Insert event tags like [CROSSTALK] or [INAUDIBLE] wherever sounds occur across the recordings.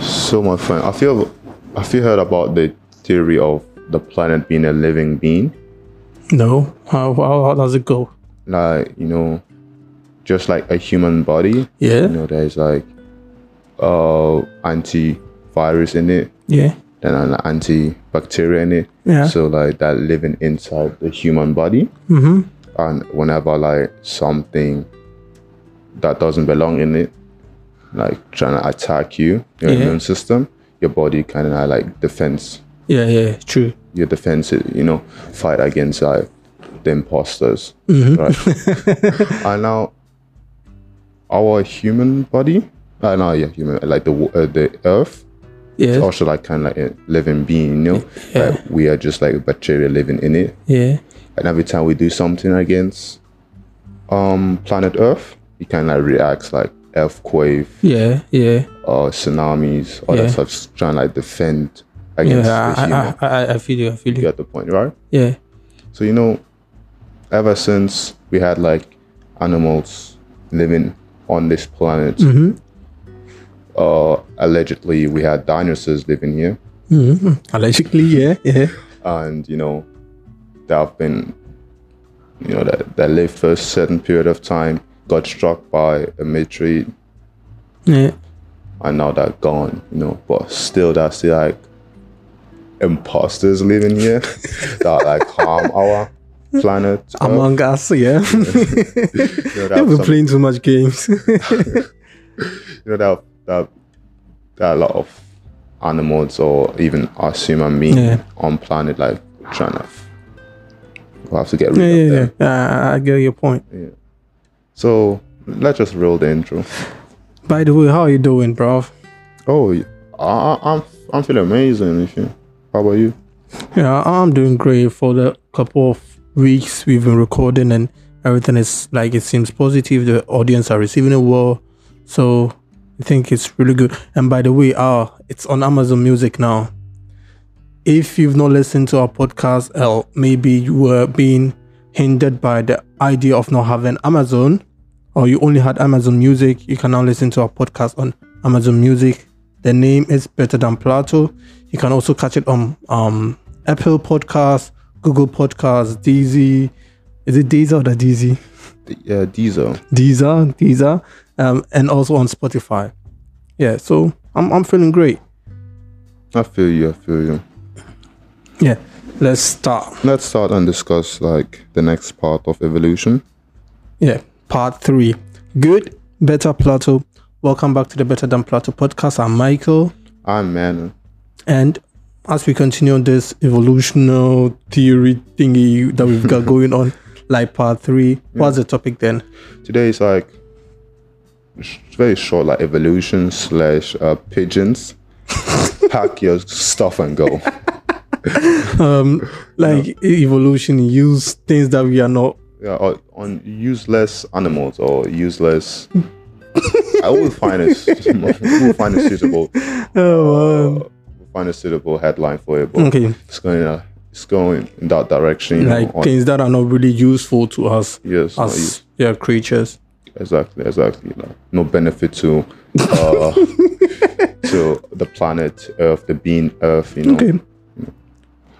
so my friend, have you have you heard about the theory of the planet being a living being? No. How, how, how does it go? Like you know, just like a human body, you Yeah. know, there's like uh antivirus in it, Yeah. then an antibacteria in it. Yeah. So like that living inside the human body. Mm-hmm. and whenever like something that doesn't belong in it like trying to attack you your Yeah. immune system your body kind of like defense Yeah. Yeah. True. your defense you know fight against uh, like the imposters Mm-hmm. right [LAUGHS] and now our human body uh, no yeah human like the wo- uh, the earth Yeah. also like kind of like a living being you know like, we are just like bacteria living in it Yeah. and every time we do something against um planet earth it kind of like reacts like earthquake Yeah. Yeah. or tsunamis or Yeah. that stuff trying to like defend against Yeah. the I, human I, I, I- I feel you. I feel you you. get the point right Yeah. so you know ever since we had like animals living on this planet uh allegedly we had dinosaurs living here Allegedly. Yeah. Yeah. and you know that have been you know that, that lived for a certain period of time got struck by a meteorite Yeah. and now they're gone you know but still that's the like imposters living here [LAUGHS] that like harm our planet Earth. Among Us. [LAUGHS] Yeah. you know, that, We've been some, playing too much games. you know that, that there are a lot of animals or even us human beings Yeah. on planet like trying to we'll have to get rid yeah. of Yeah. them Yeah. Uh, I get your point. so let's just roll the intro By the way, how are you doing, bro? Oh, I, I- I'm I'm feeling amazing. If you, how about you? Yeah, I'm doing great for the couple of weeks we've been recording and everything is like it seems positive. The audience are receiving it well. So I think it's really good. And by the way, uh it's on Amazon Music now. If you've not listened to our podcast, or maybe you were being hindered by the idea of not having Amazon, or you only had Amazon Music, you can now listen to our podcast on Amazon Music. The name is Better Than Plato. You can also catch it on um, Apple Podcasts, Google Podcasts, Deezy. Is it Deezer or the Deezy? Yeah, Diesel. Deezer, Deezer, um, and also on Spotify. Yeah, so I'm, I'm feeling great. I feel you. I feel you. Yeah, let's start. Let's start and discuss like the next part of evolution. Yeah, part three. Good, better Plato. Welcome back to the Better Than Plato podcast. I'm Michael. I'm man. And as we continue on this evolutional theory thingy that [LAUGHS] we've got going on, like part three, what's the topic then? Today is like sh- very short, like evolution slash uh, pigeons. [LAUGHS] Pack your stuff and go. [LAUGHS] um like e- evolution use things that we are not Yeah, or, on useless animals or useless. [LAUGHS] I will find a [LAUGHS] we'll find a suitable. oh uh, we'll find a suitable headline for it. But um, okay it's going uh, it's going in that direction you like know, on- things that are not really useful to us yes no, you- as yeah creatures exactly exactly like, no benefit to [LAUGHS] uh to the planet earth the being earth you know okay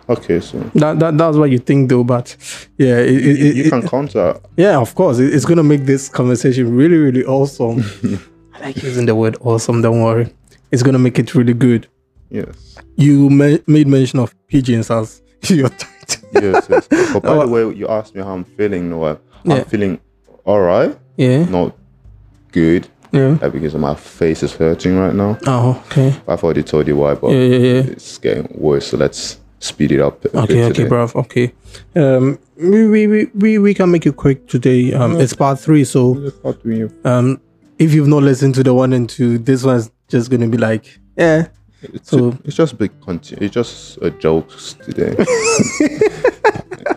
okay so that, that that's what you think though but yeah it, it, it, you it- can counter yeah of course it, it's gonna make this conversation really [LAUGHS] really awesome i like using the word awesome don't worry it's gonna make it really good yes you ma- made mention of pigeons as [LAUGHS] your title yes [LAUGHS] yes but by Oh. the way you asked me how i'm feeling no i'm Yeah. feeling all right yeah not good yeah uh, because my face is hurting right now oh okay i've already told you why but yeah yeah yeah it's getting worse so let's speed it up a bit Okay, okay, today. bruv. Okay. Um, we, we, we, we, we can make it quick today. Um, it's part three. So, Just start doing your um, if you've not listened to the one and two, this one's just going to be like, yeah. It's, So- it's just big conti- It's just a jokes today.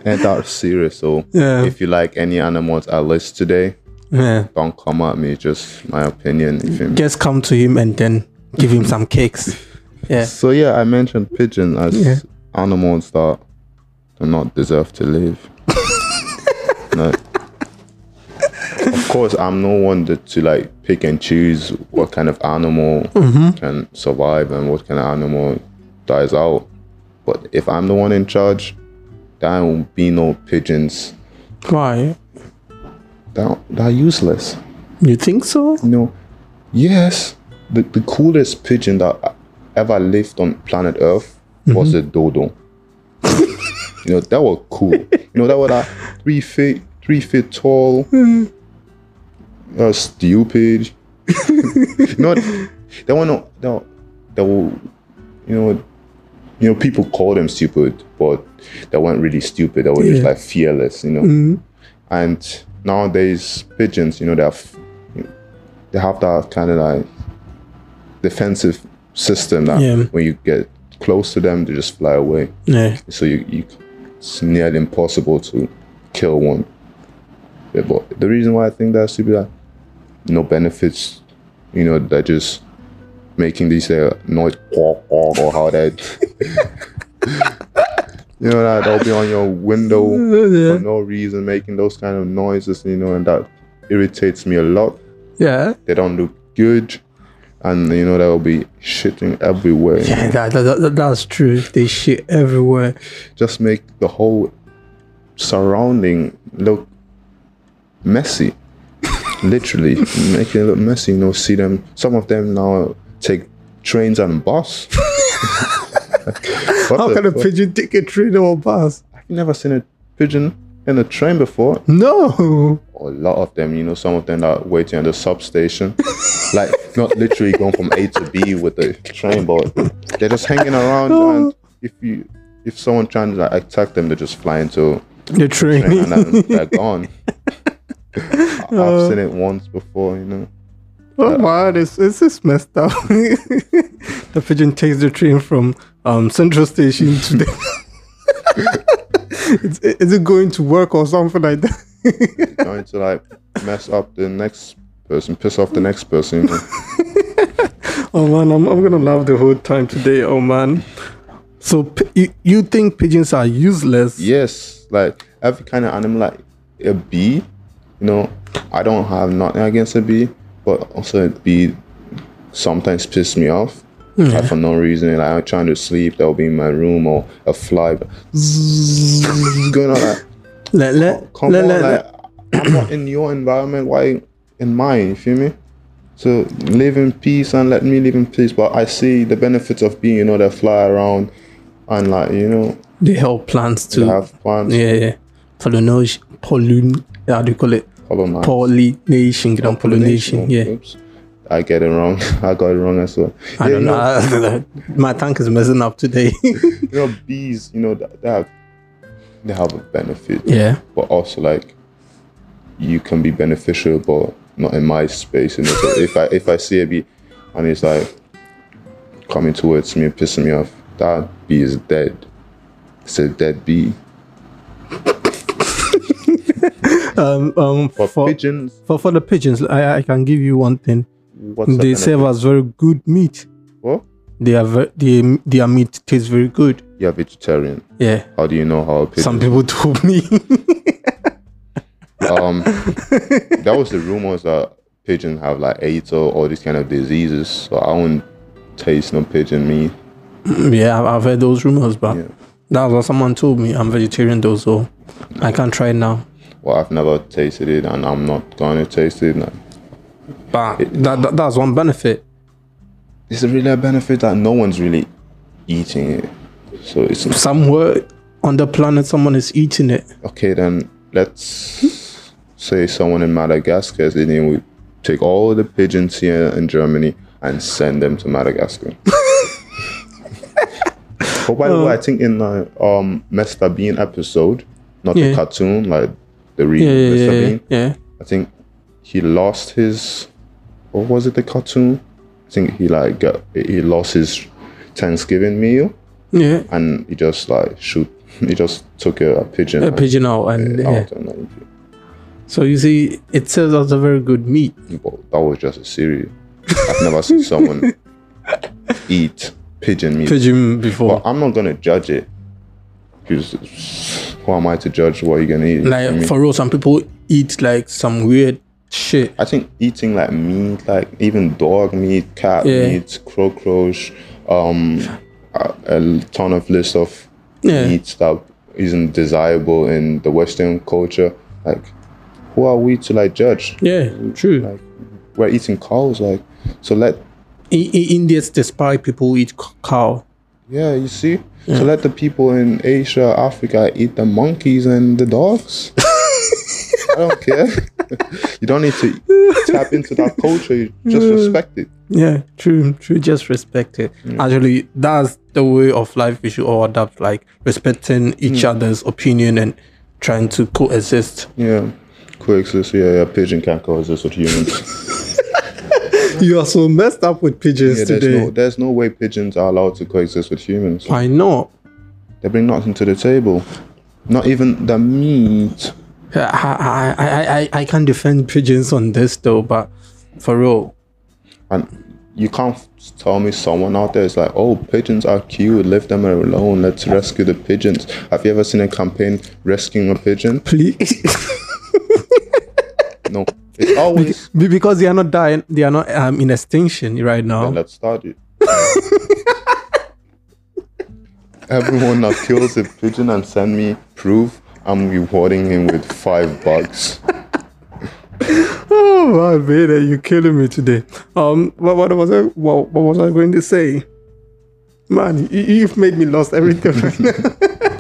and are serious. So Yeah. if you like any animals I list today, yeah. don't come at me. Just my opinion. If you Just come to him and then give him some cakes. Yeah. so yeah, I mentioned pigeons as Yeah. animals that do not deserve to live. no. Of of course, I'm no one that to like pick and choose what kind of animal can survive and what kind of animal dies out. But if I'm the one in charge, there won't be no pigeons. Why? That they're useless. You think so? You know, yes, the, the coolest pigeon that ever lived on planet Earth was a dodo. you know, that was cool. You know, that was like three feet, three feet tall. That was stupid. you know, they were not, they were, they were, you know, you know, people call them stupid, but they weren't really stupid. They were just Yeah. like fearless, you know. And nowadays, pigeons, you know, they have they have that kind of like defensive system that Yeah. when you get close to them, they just fly away. Yeah. So you, you it's nearly impossible to kill one. Yeah, but the reason why I think that's stupid, like, no benefits, you know, they're just making these uh, noise quack, quack, or how that. [LAUGHS] You know that they'll be on your window [LAUGHS] for no reason, making those kind of noises. You know, and that irritates me a lot Yeah. they don't look good, and you know they'll be shitting everywhere. Yeah, that, that, that, that's true. They shit everywhere. Just make the whole surrounding look [LAUGHS] messy. Literally, make it look messy. You know, see them. Some of them now take trains and [LAUGHS] bus. What How the can a fuck? pigeon take a train or bus? I've never seen a pigeon in a train before. No. a lot of them, you know, some of them are waiting at the substation, like not literally going from A to B with the train, but they're just hanging around. And if you, if someone trying to like, attack them, they just fly into The train. and then they're gone. I- I've seen it once before, you know. Oh wow, this this is messed up. [LAUGHS] the pigeon takes the train from um Central Station to the. [LAUGHS] is, is it going to work or something like that? [LAUGHS] Going to like mess up the next person, piss off the next person. You know. Oh man, I'm, I'm gonna laugh the whole time today. Oh man. So pi- you, you think pigeons are useless? Yes, like every kind of animal, like a bee. You know, I don't have nothing against a bee, but also a bee sometimes piss me off. Like for no reason, like I'm trying to sleep, they'll be in my room, or a fly [LAUGHS] zzzz, going on. Like, Let, let, come let, on, let, like I'm not in your environment. Why in mine? You feel me? So live in peace and let me live in peace. But I see the benefits of being, you know, they fly around and like you know they help plants to. they have plants. Mm. yeah, yeah. Pollination. Pollin. How do you call it? colonize. Pollination. You know, pollination. Yeah. Oops. I get it wrong. [LAUGHS] I got it wrong as well. I Yeah, don't you know, know. [LAUGHS] My tank is messing up today. You know, bees. You know, th- they have, they have a benefit, [LAUGHS] yeah. but also like you can be beneficial, but not in my space. You know, so if I if I see a bee and it's like coming towards me and pissing me off, that bee is dead. It's a dead bee. Um. Um. But For pigeons, for, for the pigeons, I I can give you one thing. what's the they benefit? serve as very good meat. What? They are ve- they, their meat tastes very good. You're vegetarian. Yeah. How do you know how a pigeon? Some people [LAUGHS] told me. [LAUGHS] um that was the rumors that pigeons have like AIDS or all these kind of diseases so i wouldn't taste no pigeon meat yeah, I've- I've heard those rumors, but Yeah. that's what someone told me. I'm vegetarian though, so I can't try it now. well i've never tasted it and i'm not gonna taste it like, But that, that that's one benefit. it's really a benefit that no one's really eating it so it's Somewhere on the planet, someone is eating it. okay then let's say someone in madagascar is eating it. we take all the pigeons here in germany and send them to [LAUGHS] madagascar oh by the way i think in the um mr bean episode not Yeah. the cartoon like the real Yeah, yeah, mr yeah, yeah, bean i think he lost his what was it the cartoon i think he like got he lost his thanksgiving meal yeah. and he just like shoot [LAUGHS] he just took a, a pigeon A and- pigeon out, and yeah. Uh, out and like, so you see, it serves as a very good meat. But that was just a series. I've never [LAUGHS] seen someone eat pigeon meat. Pigeon before, But I'm not gonna judge it because who am I to judge what you're gonna eat? I like mean, for real, some people eat like some weird Shit. I think eating like meat, like even dog meat, cat Yeah. meat, cockroach, um, a, a ton of list of Yeah. meats that isn't desirable in the Western culture. Like, who are we to like judge? Yeah. True. Like, we're eating cows. Like, so let In, in India, despite people eat c- cow. yeah, you see. So let the people in Asia, Africa eat the monkeys and the dogs. I don't care. [LAUGHS] you don't need to tap into that culture. You just respect it. Yeah, true, true. Just respect it. Actually, that's the way of life we should all adapt, like respecting each other's opinion and trying to coexist. Hmm. Yeah. Coexist, yeah, yeah. Pigeon can coexist with humans. You are so messed up with pigeons Yeah, there's no there's no way pigeons are allowed to coexist with humans. I know. They bring nothing to the table. Not even the meat. I, I, I, I, I can't defend pigeons on this though, but for real, And you can't f- tell me someone out there is like, oh, pigeons are cute, leave them alone, let's rescue the pigeons. Have you ever seen a campaign rescuing a pigeon? please, No. It's always [LAUGHS] Be- because they are not dying, they are not um, in extinction right now. let's start it. Everyone that kills a pigeon and send me proof, I'm rewarding him with five bucks. Oh my man, you're killing me today. Um, what, what was I? What, what was I going to say? Man, you, you've made me lost everything. right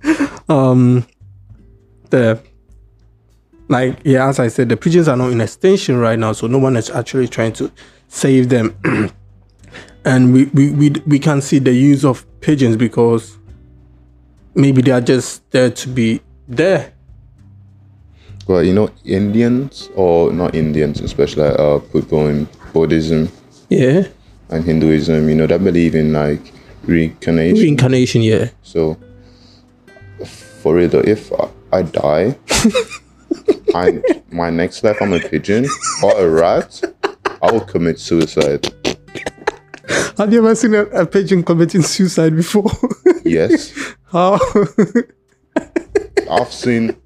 now. [LAUGHS] um, the like yeah, as I said, the pigeons are not in extinction right now, so no one is actually trying to save them. [CLEARS THROAT] and we we, we we can see the use of pigeons because maybe they are just there to be there. Well, you know, Indians or not Indians, especially uh, people in Buddhism Yeah, and Hinduism, you know, they believe in like reincarnation. reincarnation. Yeah. so, for real though, if I, I die, I my next life I'm a pigeon or a rat, I will commit suicide. Have you ever seen a, a pigeon committing suicide before? [LAUGHS] Yes, How? I've seen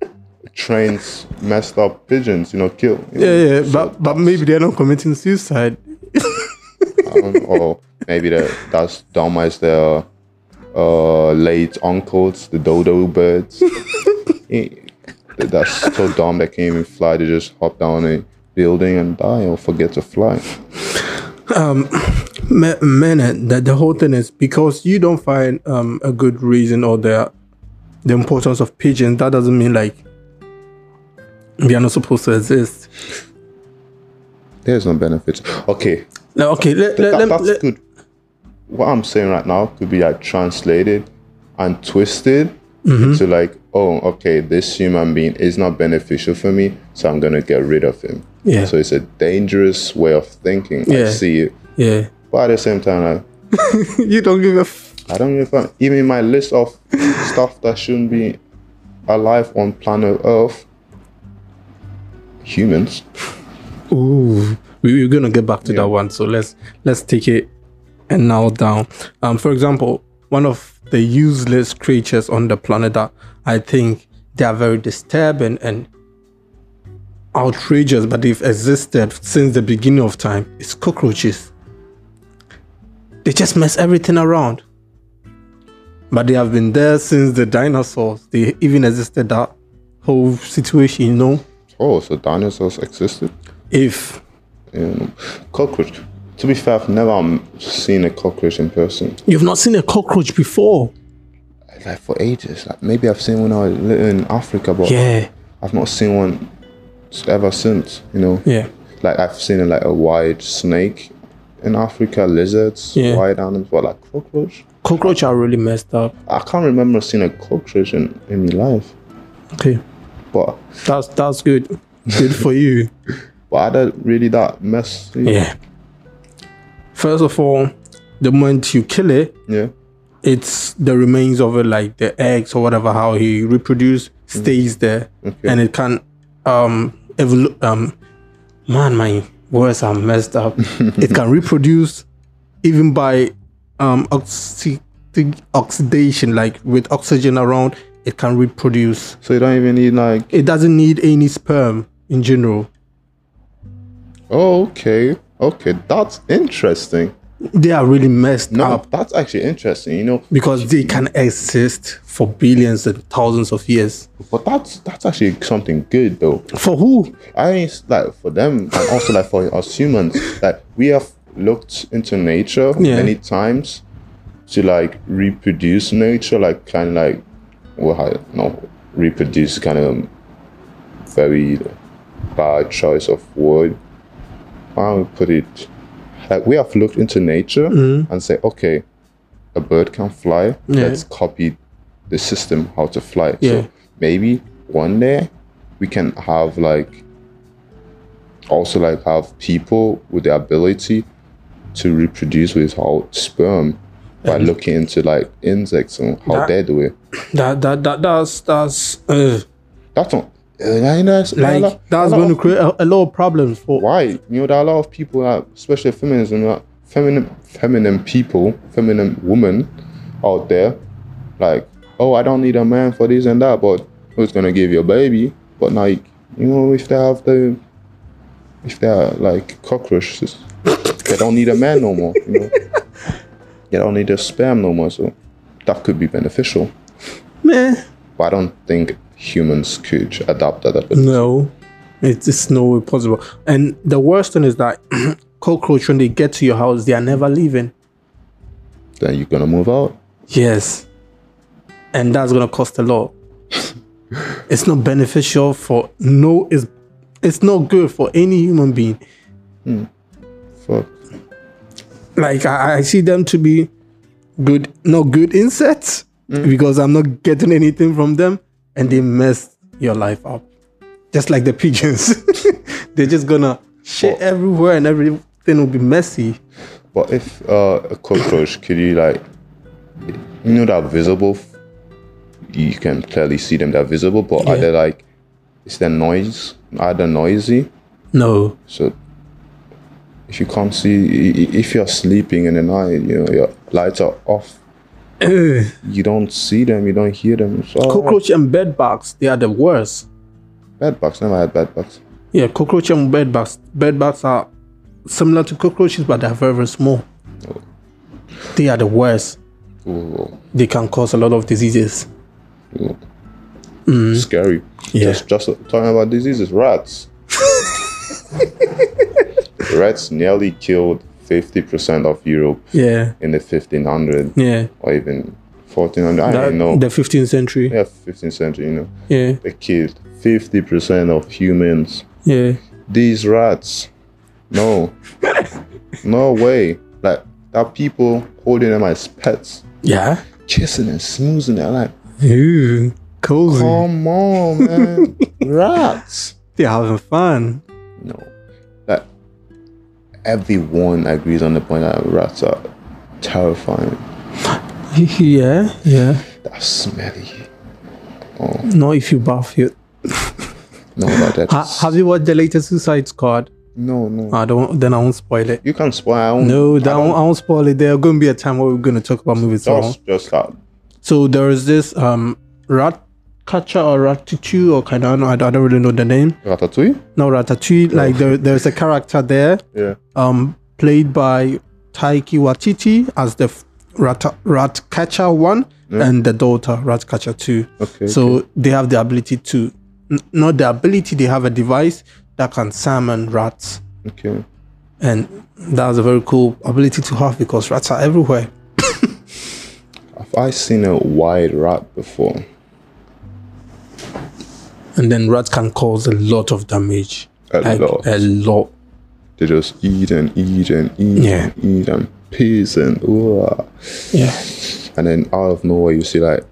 trains messed up pigeons, you know, kill. you know, yeah, yeah, but but maybe they're not committing suicide. um, or maybe the, that's dumb as the uh, late uncles, the dodo birds. Eh, that's so dumb they can't even fly. They just hop down a building and die or forget to fly. Ma- Man, that eh, the whole thing is because you don't find um, a good reason or the the importance of pigeons. That doesn't mean like they are not supposed to exist. There's no benefits. Okay, Now, okay, let, let, that, let, that's let- good. What I'm saying right now could be like translated and twisted Mm-hmm. into like, oh, okay, this human being is not beneficial for me, so I'm gonna get rid of him. Yeah. So it's a dangerous way of thinking. I Yeah. see it. yeah, But at the same time, like, [LAUGHS] you don't give a. F- I don't give a even in my list of [LAUGHS] stuff that shouldn't be alive on planet Earth. Humans. Ooh, we, we're gonna get back to that one. So let's let's take it and now down. Um, for example, one of the useless creatures on the planet that I think they are very disturbing and outrageous, but they've existed since the beginning of time. It's cockroaches. They just mess everything around. But they have been there since the dinosaurs. They even existed that whole situation, you know. Oh, so dinosaurs existed? If Yeah. Cockroach. To be fair, I've never um, seen a cockroach in person. You've not seen a cockroach before. Like for ages. Like maybe I've seen one when I was little in Africa, but Yeah. I've not seen one ever since. You know. Yeah. Like I've seen like a white snake in Africa, lizards, Yeah. white animals, but like cockroach. Cockroach are really messed up. I can't remember seeing a cockroach in, in my life. Okay. But That's that's good. Good for you. why that really that messy? [LAUGHS] Yeah. First of all, the moment you kill it, Yeah. it's the remains of it, like the eggs or whatever, how he reproduce stays there, and it can um evolu- um man, my words are messed up. it can reproduce even by um oxy- oxidation, like with oxygen around, it can reproduce. So you don't even need like It doesn't need any sperm in general. Oh, okay. Okay, that's interesting. They are really messed No, up that's actually interesting. You know, because they can exist for billions and thousands of years. but that's that's actually something good though. For who? I mean, it's like for them, and also like for us humans, like we have looked into nature Yeah. many times to like reproduce nature, like kind of like well, I don't know, reproduce kind of very bad choice of word. How we put it? Like we have looked into nature and say, okay, a bird can fly. Mm-hmm. Yeah. Let's copy the system how to fly. Yeah. So maybe one day we can have like also like have people with the ability to reproduce without sperm by looking into like insects and how That- they do it. That that that that's that's uh, That's not uh, you know, it's- a like lot- a that's lot going to of- create a, a lot of problems for why you know there are a lot of people like, especially feminism like feminine feminine people feminine women out there like oh i don't need a man for this and that but who's gonna give you a baby but like you know if they have the if they're like cockroaches they don't need a man no more you know they don't need a sperm no more so that could be beneficial Meh. but i don't think humans could adapt that No, it's, it's no way possible. And the worst thing is that [CLEARS THROAT] cockroach when they get to your house, they are never leaving. then you're gonna move out Yes, and that's gonna cost a lot. it's not beneficial for no. It's it's not good for any human being. fuck Like I, I see them to be good, not good insects because I'm not getting anything from them, and they mess your life up. Just like the pigeons, [LAUGHS] they're just gonna shit Well- everywhere, and everything will be messy. But if uh, a cockroach, could you like, you know, they're visible. f- You can clearly see them. They're visible, but are Yeah. they like? Is their noise? Are they noisy? No, So if you can't see, i- i- if you're sleeping in the night, you know your lights are [CLEARS THROAT] off. You don't see them. You don't hear them. So cockroach and bed bugs, they are the worst. bed bugs. Never had bed bugs. Yeah, cockroach and bed bugs. Bed bugs are similar to cockroaches, but they're very, very small. They are the worst. Ooh, They can cause a lot of diseases. ooh. Scary. Yeah. Just just talking about diseases. [LAUGHS] Rats. rats nearly killed 50% of Europe Yeah, in the 1500 yeah. or even 1400. I That- don't know. The 15th century. yeah, 15th century, you know. Yeah, They killed 50% of humans. yeah. These rats. [LAUGHS] No. no way. Like, there are people holding them as pets, Yeah. kissing and snoozing. They're like, Ooh, cozy. come on, [LAUGHS] man. rats. They're having fun. [LAUGHS] No. Like, everyone agrees on the point that rats are terrifying. Yeah, yeah. They're smelly. Not if you buff it. No, that, that's. Ha- have you watched the latest Suicide Squad? no, no. I don't. Then I won't spoil it. You can spoil. I won't- No, that I won't, I won't spoil it. There's going to be a time where we're going to talk about movies. so I won't. Just, just that. So there is this um rat catcher or ratitude or kind of I don't I don't really know the name. Ratatouille. No ratatouille. Like there, there's a character there, Yeah. um, played by Taiki Watiti as the f- rat rat catcher one and the daughter rat catcher two. Okay, So they have the ability to, n- not the ability. They have a device that can summon rats, Okay. and that's a very cool ability to have because rats are everywhere. Have I seen a white rat before? and then rats can cause a lot of damage. A like lot. a lot. They just eat and eat and eat Yeah. and eat and piss and ugh. Yeah, and then out of nowhere you see like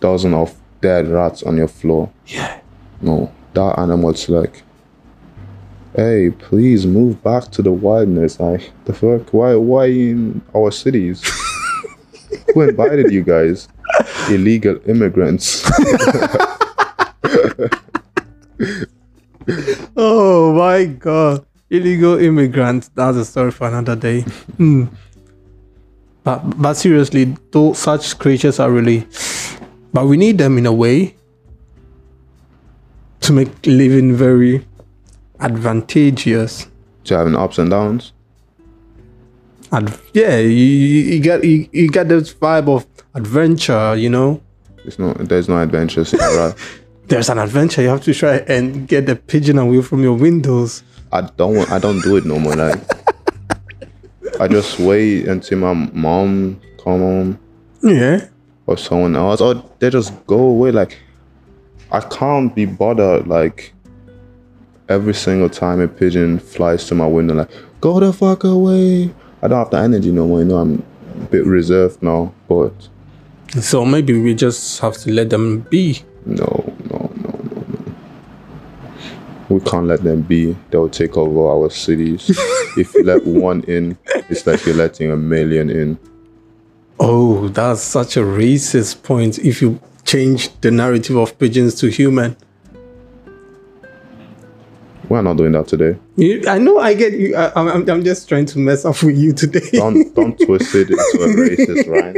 dozen of dead rats on your floor. yeah, No, that animal's like, hey, please move back to the wilderness. Like the fuck? Why? Why in our cities? Who invited you guys? Illegal immigrants. Oh my god, illegal immigrants. That's a story for another day. Hmm. But but seriously, though such creatures are really, but we need them in a way to make living very advantageous. to having ups and downs. Ad- yeah, you, you you get you, you get this vibe of adventure. You know, It's not there's no adventures in life. there's an adventure. You have to try and get the pigeon away from your windows. I don't want, I don't do it no more. Like I just wait until my mom come home Yeah, or someone else, or they just go away. Like I can't be bothered. Like every single time a pigeon flies to my window, like go the fuck away. I don't have the energy no more. You know, I'm a bit reserved now. But so maybe we just have to let them be. no, no, no, no, no. We can't let them be. They'll take over our cities. if you let one in, it's like you're letting a million in. Oh, that's such a racist point. If you change the narrative of pigeons to human, We're not doing that today. you, I know I get you. I, I'm- I'm, I'm just trying to mess up with you today. Don't don't twist it into a racist rhyme.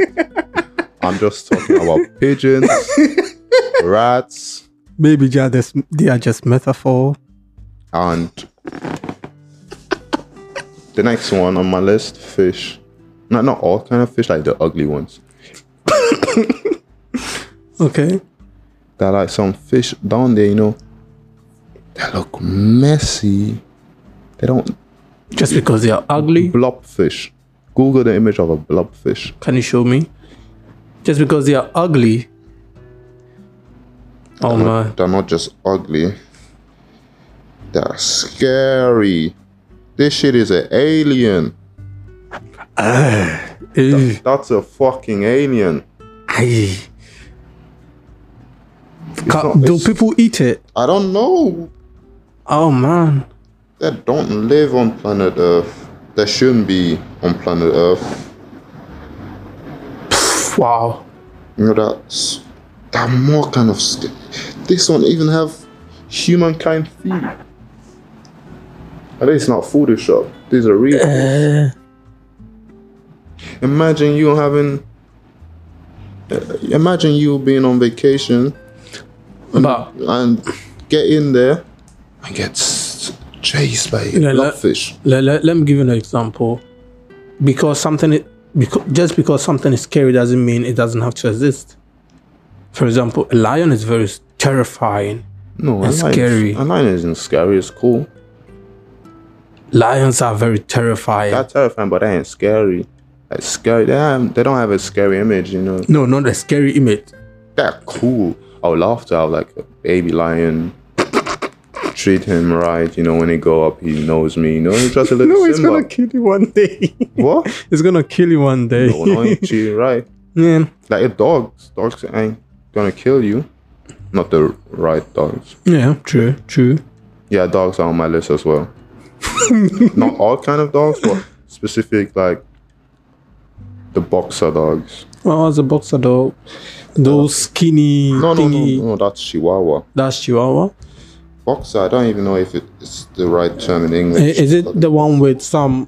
I'm just talking about pigeons, rats, [LAUGHS] Maybe they are just, they are just metaphor. and the next one on my list, fish. Not not all kind of fish, like the ugly ones. Okay. There are like some fish down there, you know. They look messy. They don't Just because they are ugly, blobfish. Google the image of a blobfish. can you show me? Just because they are ugly. Oh my. They're not just ugly. They're scary. This shit is an alien. Ew. That's a fucking alien. Aye. Ca- not- do it's- people eat it? I don't know. Oh man. They don't live on planet Earth. They shouldn't be on planet Earth. Wow. You know that's that more kind of. Sc- this one even have humankind feet. At least not Photoshop. These are real. Uh, Imagine you having. uh, Imagine you being on vacation but and get in there and get s- chased by a Yeah, like- blobfish. let, let, let me give you an example because something i- because, just because something is scary doesn't mean it doesn't have to exist for example a lion is very s- terrifying No, That's a lion- scary. A lion isn't scary. It's cool. lions are very terrifying That's terrifying, but they ain't scary. That's scary. They, have, they don't have a scary image, you know. no not a scary image They're cool. I would love to have like a baby lion. Treat him right, you know. When he go up, he knows me. You know, he's [LAUGHS] just a little Simba. kill you one day What? [LAUGHS] it's gonna kill you one day No, no, he treat [LAUGHS] him right. yeah Like a dog. Dogs ain't gonna kill you. Not the right dogs. yeah true true Yeah, dogs are on my list as [LAUGHS] well. Not all kind of dogs, but specific like the boxer dogs. well as a boxer dog those skinny No, no, no, thingy no, that's Chihuahua. that's chihuahua Boxer, I don't even know if it is the right term in I- English. is but it the one with some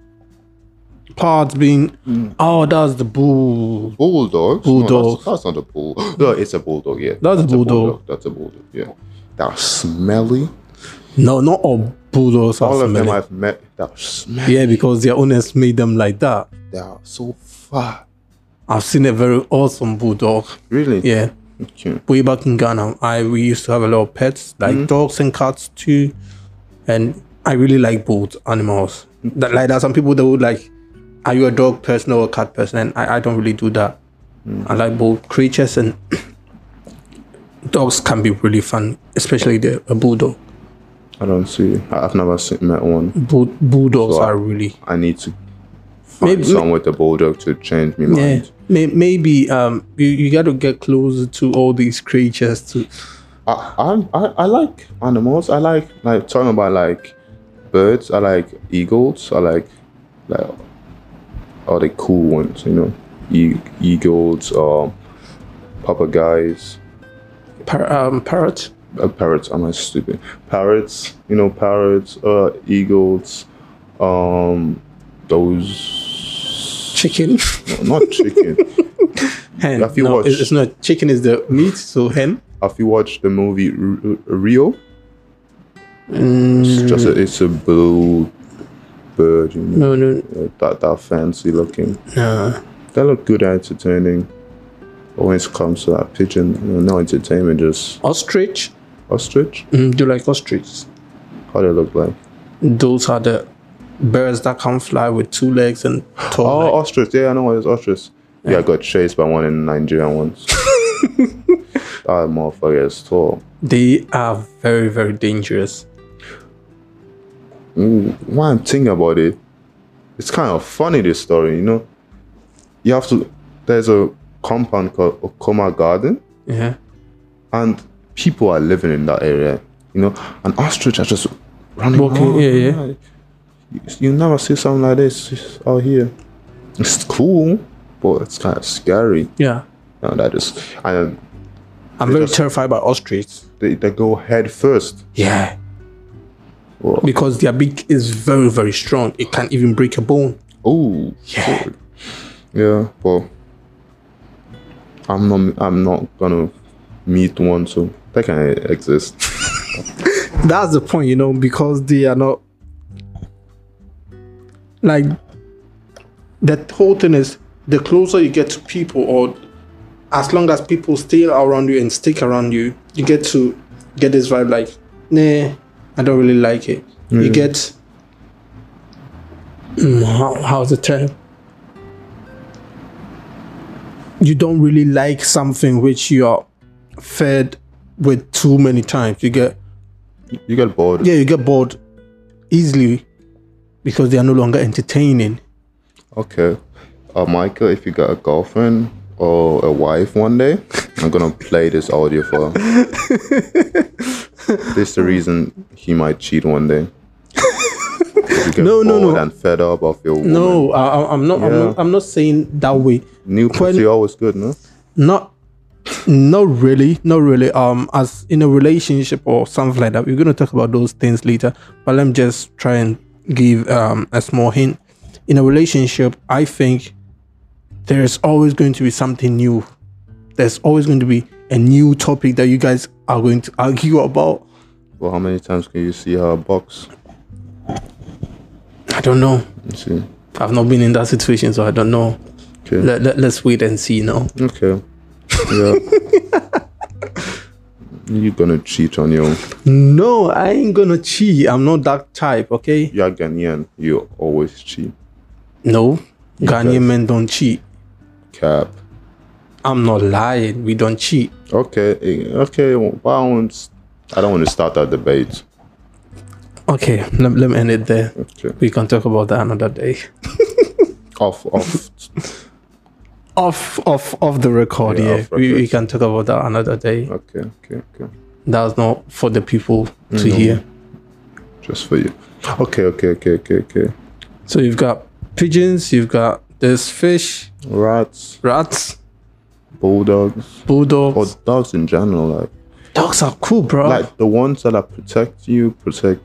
parts being Mm. oh that's the bull bulldogs? No, Bulldog. that's, that's not a bull. [GASPS] No, it's a bulldog. Yeah, That's a bulldog. That's a bulldog. Yeah, they're smelly. No, not all bulldogs All are of them smelly. I've met, they're smelly. Yeah, because their owners made them like that. They're so fat. I've seen a very awesome bulldog. Really? Yeah, Cute. way back in Ghana, I we used to have a lot of pets like Mm-hmm. dogs and cats too, and I really like both animals. Mm-hmm. That like there are some people that would like, are you a dog person or a cat person? And I, I don't really do that. Mm-hmm. I like both creatures and [COUGHS] dogs can be really fun, especially the a bulldog. I don't see. I- I've never seen, met one. Bull, bulldogs So, are really I need to find Maybe- someone with a bulldog to change my mind. Mm. Yeah, may, maybe um, you, you got to get closer to all these creatures to. I, I'm- I I like animals. I like like talking about like birds. I like eagles. I like like all the cool ones. You know, e- eagles or papagayos, Par- um, parrot. uh, parrots. Am I stupid? Parrots. You know, parrots. Uh, eagles. Um, those Chicken, [LAUGHS] not chicken. hen. Have you no, watched- it's it's not chicken. Is the meat? So hen. Have you watched the movie Mm, R- R- Rio? It's just a, it's a blue bird, you know, No, no, like that that fancy looking. no. They look good and entertaining. But when it comes to that pigeon, you know, no entertainment, just Ostrich? ostrich. Mm, do you like ostriches? How they look like? Those are the birds that can fly with two legs and tall. Oh, legs. ostrich. Yeah, I know what it's ostrich. Yeah. I got chased by one in Nigeria [LAUGHS] once. that motherfucker is tall. They are very, very dangerous. When I'm thinking about it, it's kind of funny this story, you know. You have to. There's a compound called Okoma Garden, Yeah. and people are living in that area, you know. And ostrich are just running. Walking, around. yeah, yeah. You, Oh, you never see something like this out here. It's cool, but it's kind of scary. Yeah. Now that is, and I'm very terrified by ostriches. they, they go head first. Yeah. Whoa. Because their beak is very, very strong. It can't even break a bone. Oh, Yeah. shit. yeah. Well, I'm not. I'm not gonna meet one, so they can exist. That's the point, you know, because they are not like that whole thing is the closer you get to people or as long as people stay around you and stick around you, you get to get this vibe like, nah, I don't really like it. You get Mm, how, how's the term? You don't really like something which you are fed with too many times. You get You get bored. yeah, you get bored easily because they are no longer entertaining. Okay. Uh, Michael, if you got a girlfriend or a wife one day, I'm gonna play this audio [LAUGHS] for her. this is the reason he might cheat one day. You get [LAUGHS] No, no, no. bored And fed up of your woman. No, I, I- I'm not. I'm Yeah. not. I'm not saying that way. New pussy always good, no? Not. Not really, not really. Um, as in a relationship or something like that, we're gonna talk about those things later. But let me just try and give um a small hint. In a relationship, I think there is always going to be something new. There's always going to be a new topic that you guys are going to argue about. Well, how many times can you see her box? I don't know. You see. I've not been in that situation, so I don't know. Okay. Let, let, us wait and see now. Okay. Yeah. [LAUGHS] You're gonna cheat on your No, I ain't gonna cheat. I'm not that type, okay? you're Ghanaian, you always cheat. No, Ghanaian guys- men don't cheat. Cap. I'm not lying. We don't cheat. Okay, eh, okay, well, I don't s- I don't want to start that debate. Okay, let, let me end it there. Okay. We can talk about that another day. Off off Off, off, off the record. Yeah, Yeah, off We, we record. can talk about that another day. okay, okay, okay. That's not for the people to hear. Just for you. Okay, okay, okay, okay, okay. So you've got pigeons. You've got there's fish, Rats, rats, bulldogs, bulldogs. or dogs in general, like Dogs are cool, bro. like the ones that are protect you, protect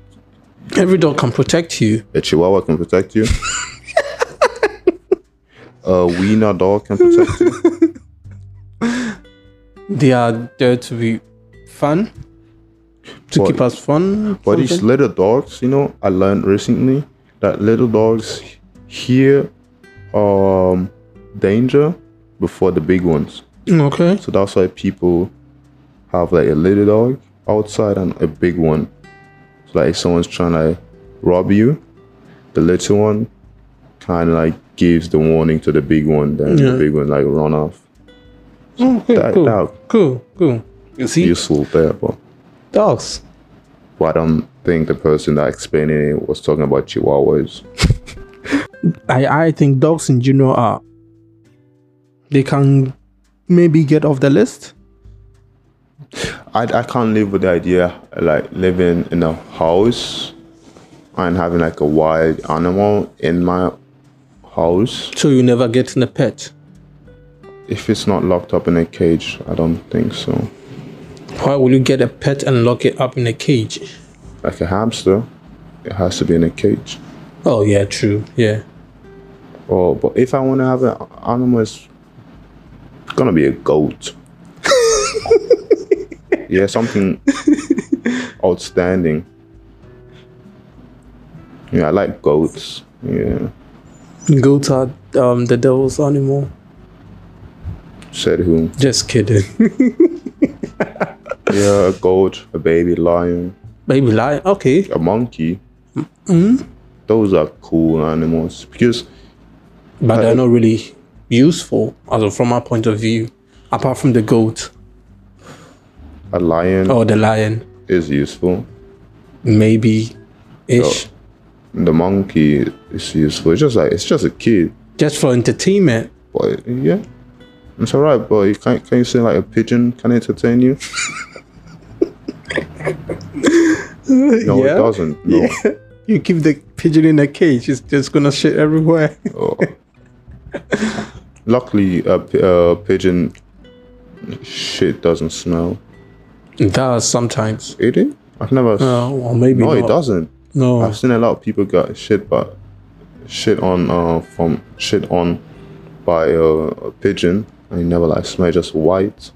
Every dog can protect you. a chihuahua can protect you. a wiener dog can protect you. they are there to be fun to But- keep us fun But these something. little dogs, you know, I learned recently that little dogs hear um danger before the big ones. okay So that's why people have like a little dog outside and a big one. So like if someone's trying to rob you, the little one kind of like gives the warning to the big one, then Yeah. the big one like run off. okay That, cool. that cool cool you see useful there, but, dogs but I don't think the person that explaining it was talking about chihuahuas. i i think dogs in general are they can maybe get off the list I, I can't live with the idea like living in a house and having like a wild animal in my house so you never get in a pet if it's not locked up in a cage i don't think so why will you get a pet and lock it up in a cage like a hamster it has to be in a cage oh yeah true yeah or but if i want to have an animal it's gonna be a goat [LAUGHS] yeah something outstanding Yeah, I like goats. Yeah, Goats are um, the devil's animal. said who? Just kidding. Yeah, a goat, a baby lion, [LAUGHS] Baby lion. Okay. a monkey. Those are cool animals because But they're not really useful as of- from our point of view. Apart from the goat a lion Oh. or the lion, is useful. maybe ish. The monkey is useful. It's just like it's just a kid, Just for entertainment. but yeah, it's alright. But you can't can you say like a pigeon can entertain you? No, Yeah. it doesn't. No. You keep the pigeon in a cage, it's just gonna shit everywhere. Oh. Luckily, a p- a pigeon shit doesn't smell. [LAUGHS] It does sometimes. It is. I've never. Oh. Uh, or maybe no, it not. doesn't. No. I've seen a lot of people got shit, but shit on uh from shit on by uh, a pigeon. I never like smell just white.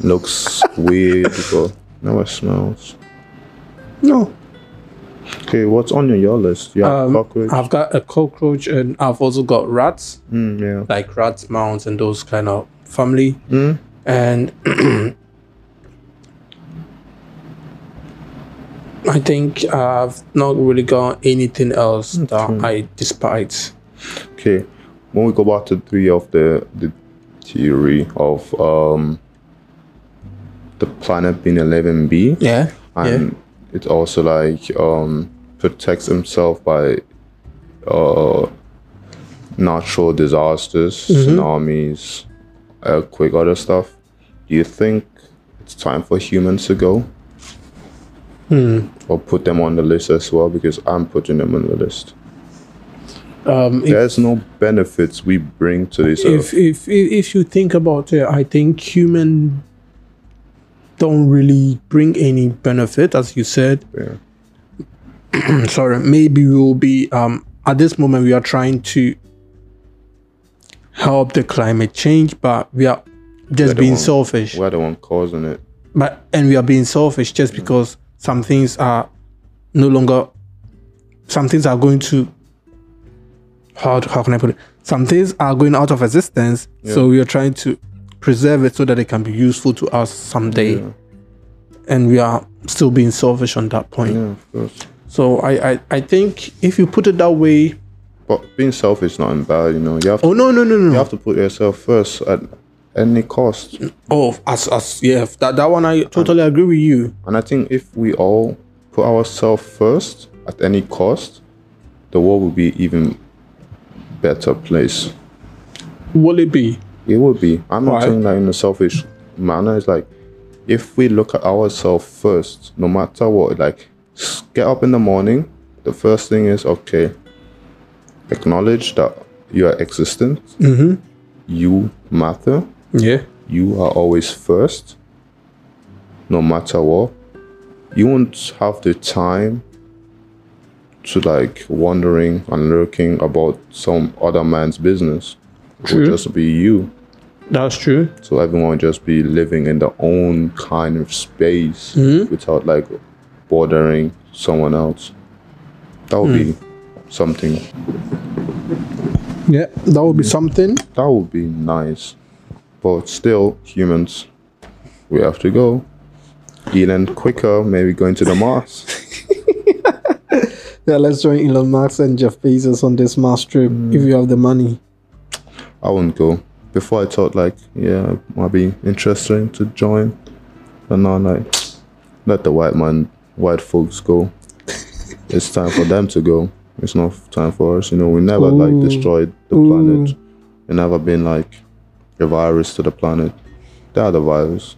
Looks weird, but never smells. no. Okay, what's on your, your list? You have Um, cockroach. uh, I've got a cockroach and I've also got rats. Mm, yeah. like rats, mounts, and those kind of family. And [CLEARS THROAT] I think I've not really got anything else that I despise. Okay, when we go back to three of the the theory of um the planet being eleven B, Yeah. yeah. and it also like um protects himself by uh natural disasters, Mm-hmm. tsunamis, earthquake, other stuff. Do you think it's time for humans to go? Hmm. Or put them on the list as well because I'm putting them on the list. Um, if, There's no benefits we bring to this earth. If if if if you think about it, I think human don't really bring any benefit, as you said. Yeah. [CLEARS THROAT] Sorry, maybe we will be um at this moment we are trying to help the climate change, but we are just the being one- selfish. We're the one causing it. but and we are being selfish just because some things are no longer some things are going to how, how can i put it some things are going out of existence so we are trying to preserve it so that it can be useful to us someday and we are still being selfish on that point Yeah, of course. so I, I i think if you put it that way But being selfish is not bad, you know. You have to, oh no no no no you have to put yourself first at any cost. oh as as yeah that, that one i totally agree with you And I think if we all put ourselves first at any cost, the world would be even better place. will it be It would be. I'm not Why? saying that in a selfish manner. It's like if we look at ourselves first, no matter what, like s- get up in the morning, the first thing is okay, acknowledge that you are existent, you matter, yeah. you are always first, no matter what. You won't have the time to like wondering and lurking about some other man's business. It will True. just be you. That's true. So everyone will just be living in their own kind of space without like bothering someone else. That would be something. yeah that would be something That would be nice. But still, humans, we have to go. Elon quicker, maybe going to the Mars. Yeah, let's join Elon Musk and Jeff Bezos on this Mars trip if you have the money. I wouldn't go. Before I thought like, yeah, might be interesting to join. But now I'm like, let the white man, white [LAUGHS] folks go. It's time for them to go. It's not time for us. You know, we never like destroyed the planet. We never been like a virus to the planet. They are the virus.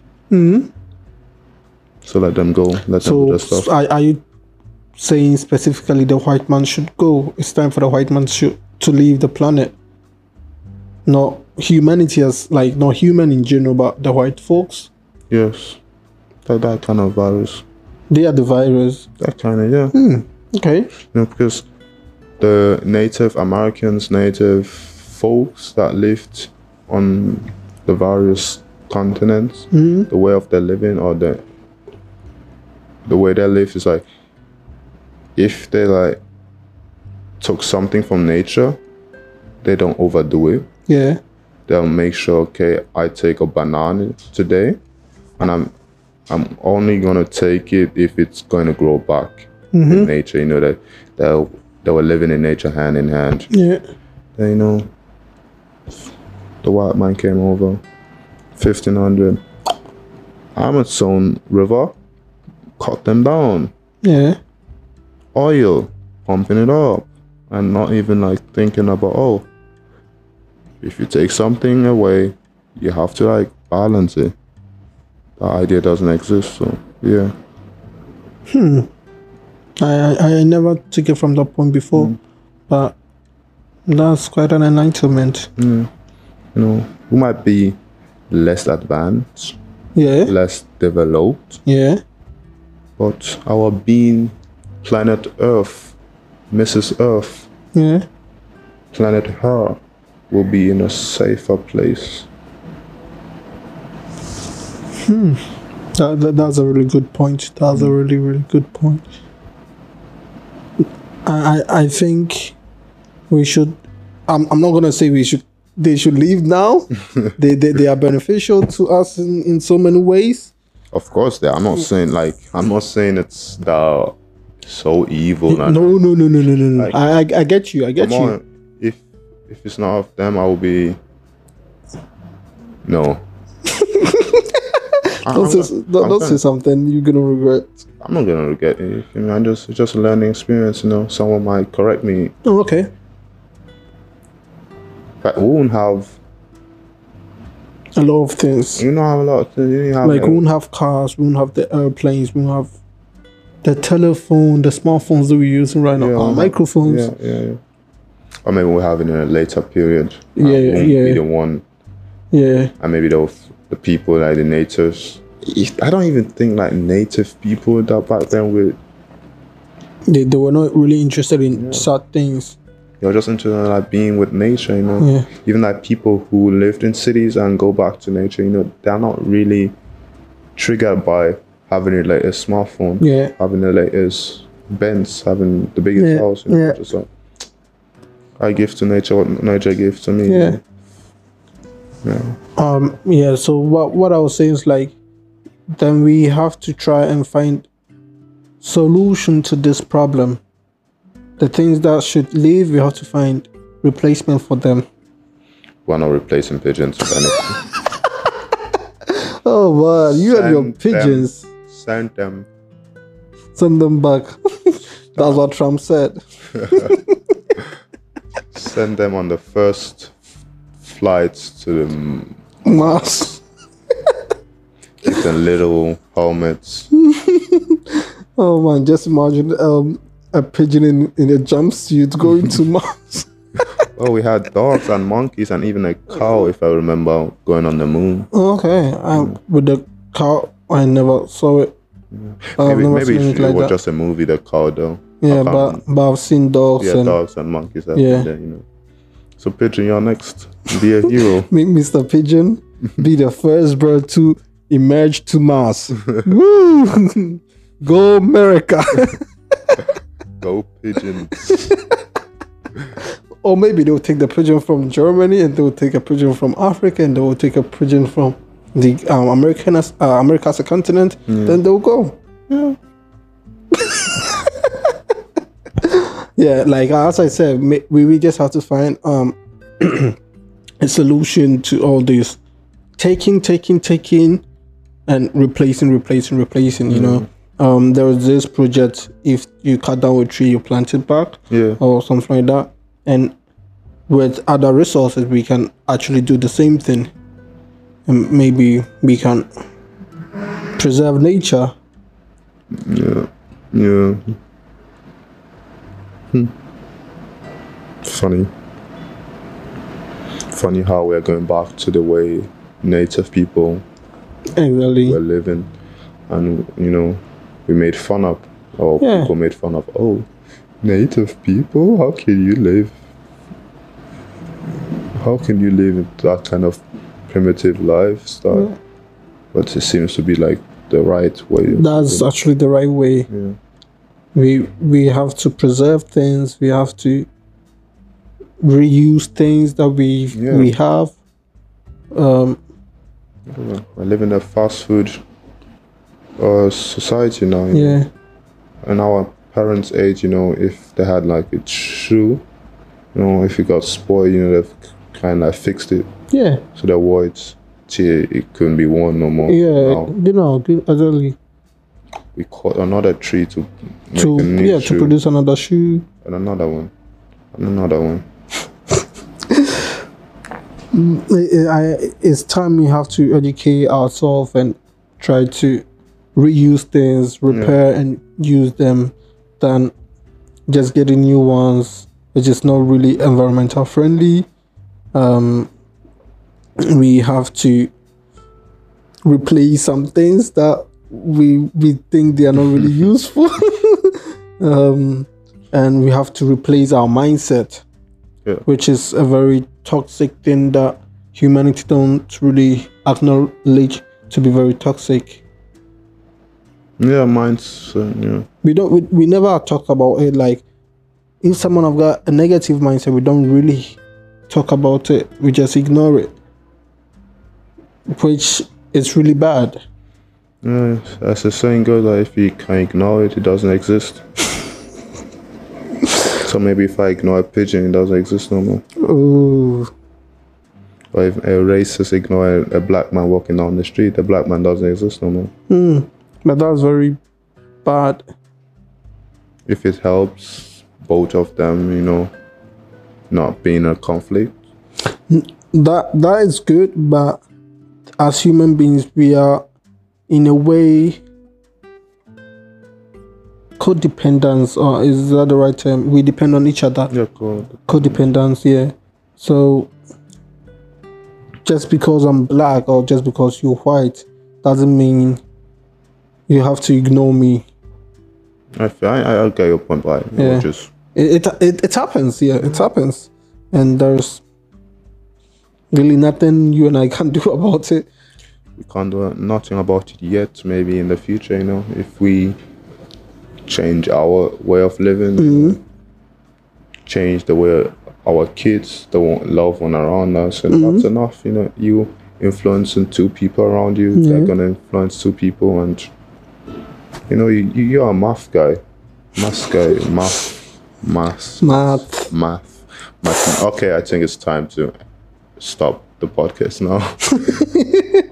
So let them go. Let Hmm? So, them do uh, their stuff. are, are you saying specifically the white man should go? It's time for the white man should, to leave the planet. Not humanity as like not human in general, but the white folks. Yes. That, that kind of virus. They are the virus. That kind of, yeah. Okay. You know, because the Native Americans, Native folks that lived on the various continents, the way of their living or the the way they live is like if they like took something from nature, they don't overdo it. Yeah. They'll make sure, okay, I take a banana today, and I'm I'm only gonna take it if it's gonna grow back in nature. You know that they they were living in nature hand in hand. Yeah. Then you know, the white man came over, fifteen hundred. Amazon River, cut them down Yeah. oil, pumping it up, and not even like thinking about oh, if you take something away, you have to like balance it. That idea doesn't exist, so yeah. I, I, I never took it from that point before, but that's quite an enlightenment. You know, we might be less advanced, Yeah. less developed, Yeah. but our being, planet Earth, Mrs. Earth, Yeah. planet Her, will be in a safer place. That, that, that's a really good point. That's Mm. a really, really good point. I, I, I think we should. I'm, I'm not going to say we should. They should [LAUGHS] leave now. they, they, they are beneficial to us in, in so many ways. Of course, they. I'm not Hmm. saying like I'm not saying it's the so evil. No, and- no, no, no, no, no, no. Like- I, I, I get you. I get come you. on. If if it's not of them, I will be. No. I- [LAUGHS] Don't, I'm, say, don't, don't say gonna- something you're going to regret. I'm not gonna regret it. I mean, I'm just it's just a learning experience. You know, someone might correct me, Oh, okay. but we won't have. A lot of things. You know, have a lot. Of, you know, have Like, a- we won't have cars, we won't have the airplanes, we won't have the telephone, the smartphones that we're using right now, Yeah, our I'm- microphones. Yeah, yeah, yeah. Or maybe we'll have it in a later period. I Yeah, won't Be yeah. the one, yeah. and maybe the the people like the natives. I don't even think like native people that back then were they, they were not really interested in such things. You're just into like being with nature, you know. Yeah. Even like people who lived in cities and go back to nature, you know, they're not really triggered by having the latest smartphone, Yeah. having the latest Benz, having the biggest Yeah, house. You know, yeah. Just like I give to nature what nature gives to me. you Yeah. know. Yeah. Um. Yeah. So what what I was saying is like, then we have to try and find solution to this problem. The things that should leave, we have to find replacement for them. We're not replacing pigeons with anything. Oh wow! You and your Send them. pigeons, Send them. send them back. [LAUGHS] That's what Trump said. Send them on the first flights to the Mars. give them little helmets. Oh man, just imagine um a pigeon in, in a jumpsuit going [LAUGHS] to Mars. Well, we had dogs and monkeys and even a cow, if I remember, going on the moon. Okay, Hmm. um, with the cow, I never saw it. I've Maybe, never maybe seen it it like was that. just a movie, the cow, though. I yeah, can't but, remember. but I've seen dogs yeah, and dogs and monkeys. Have Yeah. been there, you know. So, Pigeon, you're next. Be a hero. make Mr. [LAUGHS] Pigeon be the first bird to emerge [LAUGHS] to Mars. Woo! [LAUGHS] Go America, Go, pigeons. or maybe they'll take the pigeon from Germany and they'll take a pigeon from Africa and they'll take a pigeon from the um, American as, uh, America as a continent. Then they'll go. Yeah, like uh, as I said, ma- we, we just have to find um [CLEARS THROAT] a solution to all this taking, taking, taking, and replacing, replacing, replacing. You know, um, there was this project. If you cut down a tree, you plant it back, Yeah. or something like that. And with other resources, we can actually do the same thing, and maybe we can preserve nature. Yeah. Yeah. Hmm. Funny. Funny how we're going back to the way native people Exactly. were living and you know we made fun of or Yeah. people made fun of oh native people how can you live how can you live in that kind of primitive lifestyle but it seems to be like the right way That's actually the right way. yeah we we have to preserve things we have to reuse things that we Yeah. we have. Um, I live in a fast food uh, society now. you know. yeah, And our parents' age, you know, if they had like a shoe, you know, if it got spoiled, you know, they've kind of fixed it yeah, so that wore it till it couldn't be worn no more. yeah. Now You know, good- exactly. we cut another tree to make To a new yeah, shoe to produce another shoe. and another one, and another one. I- I- it's time we have to educate ourselves and try to reuse things, repair and use them, than just getting new ones, which is not really environmental friendly. Um, we have to replace some things that we we think they are not really useful, [LAUGHS] um, and we have to replace our mindset which is a very toxic thing that humanity don't really acknowledge to be very toxic. Yeah, mine's uh, yeah. We don't we, we never talk about it like if someone have got a negative mindset we don't really talk about it. We just ignore it. Which is really bad. Yeah, as the saying goes, like, if you can ignore it, it doesn't exist. so maybe if I ignore a pigeon, it doesn't exist no more. Oh Or if a racist ignore a, a black man walking down the street, the black man doesn't exist no more. but that's very bad. If it helps both of them, you know, not being a conflict. that that is good but as human beings we are in a way codependence or is that the right term we depend on each other Yeah, cool. codependence yeah so just because i'm black or just because you're white doesn't mean you have to ignore me I, feel- I, I I get your point, but you know, Yeah. just it, it, it, it happens yeah it happens and there's really nothing you and i can [LAUGHS] do about it we can't do nothing about it yet. Maybe in the future, you know, if we change our way of living, change the way our kids, the one- loved one around us, and that's enough. You know, you influencing two people around you, they're gonna influence two people, and you know, you, you you're a math guy, math guy, math, math, math math, math. Okay, I think it's time to stop the podcast [LAUGHS] now.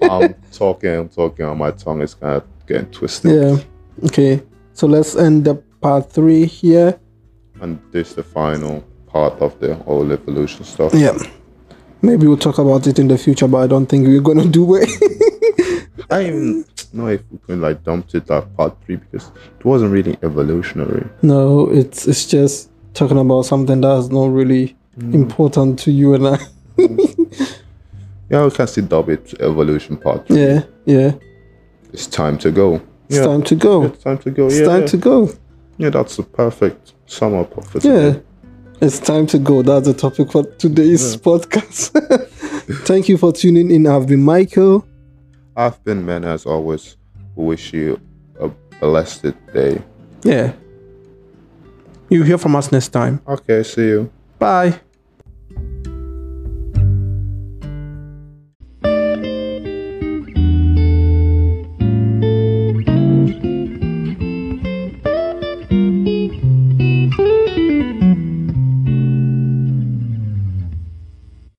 I'm talking, I'm talking, and my tongue is kind of getting twisted. Yeah. Okay. So let's end the part three here. And this is the final part of the whole evolution stuff. Yeah. Maybe we'll talk about it in the future, but I don't think we're gonna [LAUGHS] do it. I even know if we can like dump it like part three because it wasn't really evolutionary. no, it's it's just talking about something that's not really important to you and I. [LAUGHS] Yeah, we can still dub it evolution part. Three. Yeah, yeah. It's time to go. It's yeah, time to go. it's time to go. it's yeah, time yeah. to go. yeah, that's the perfect sum up of it. Yeah. It's time to go. That's the topic for today's podcast. [LAUGHS] Thank you for tuning in. I've been Michael. I've been man as always. We Wish you a blessed day. Yeah. You hear from us next time. Okay, see you. Bye.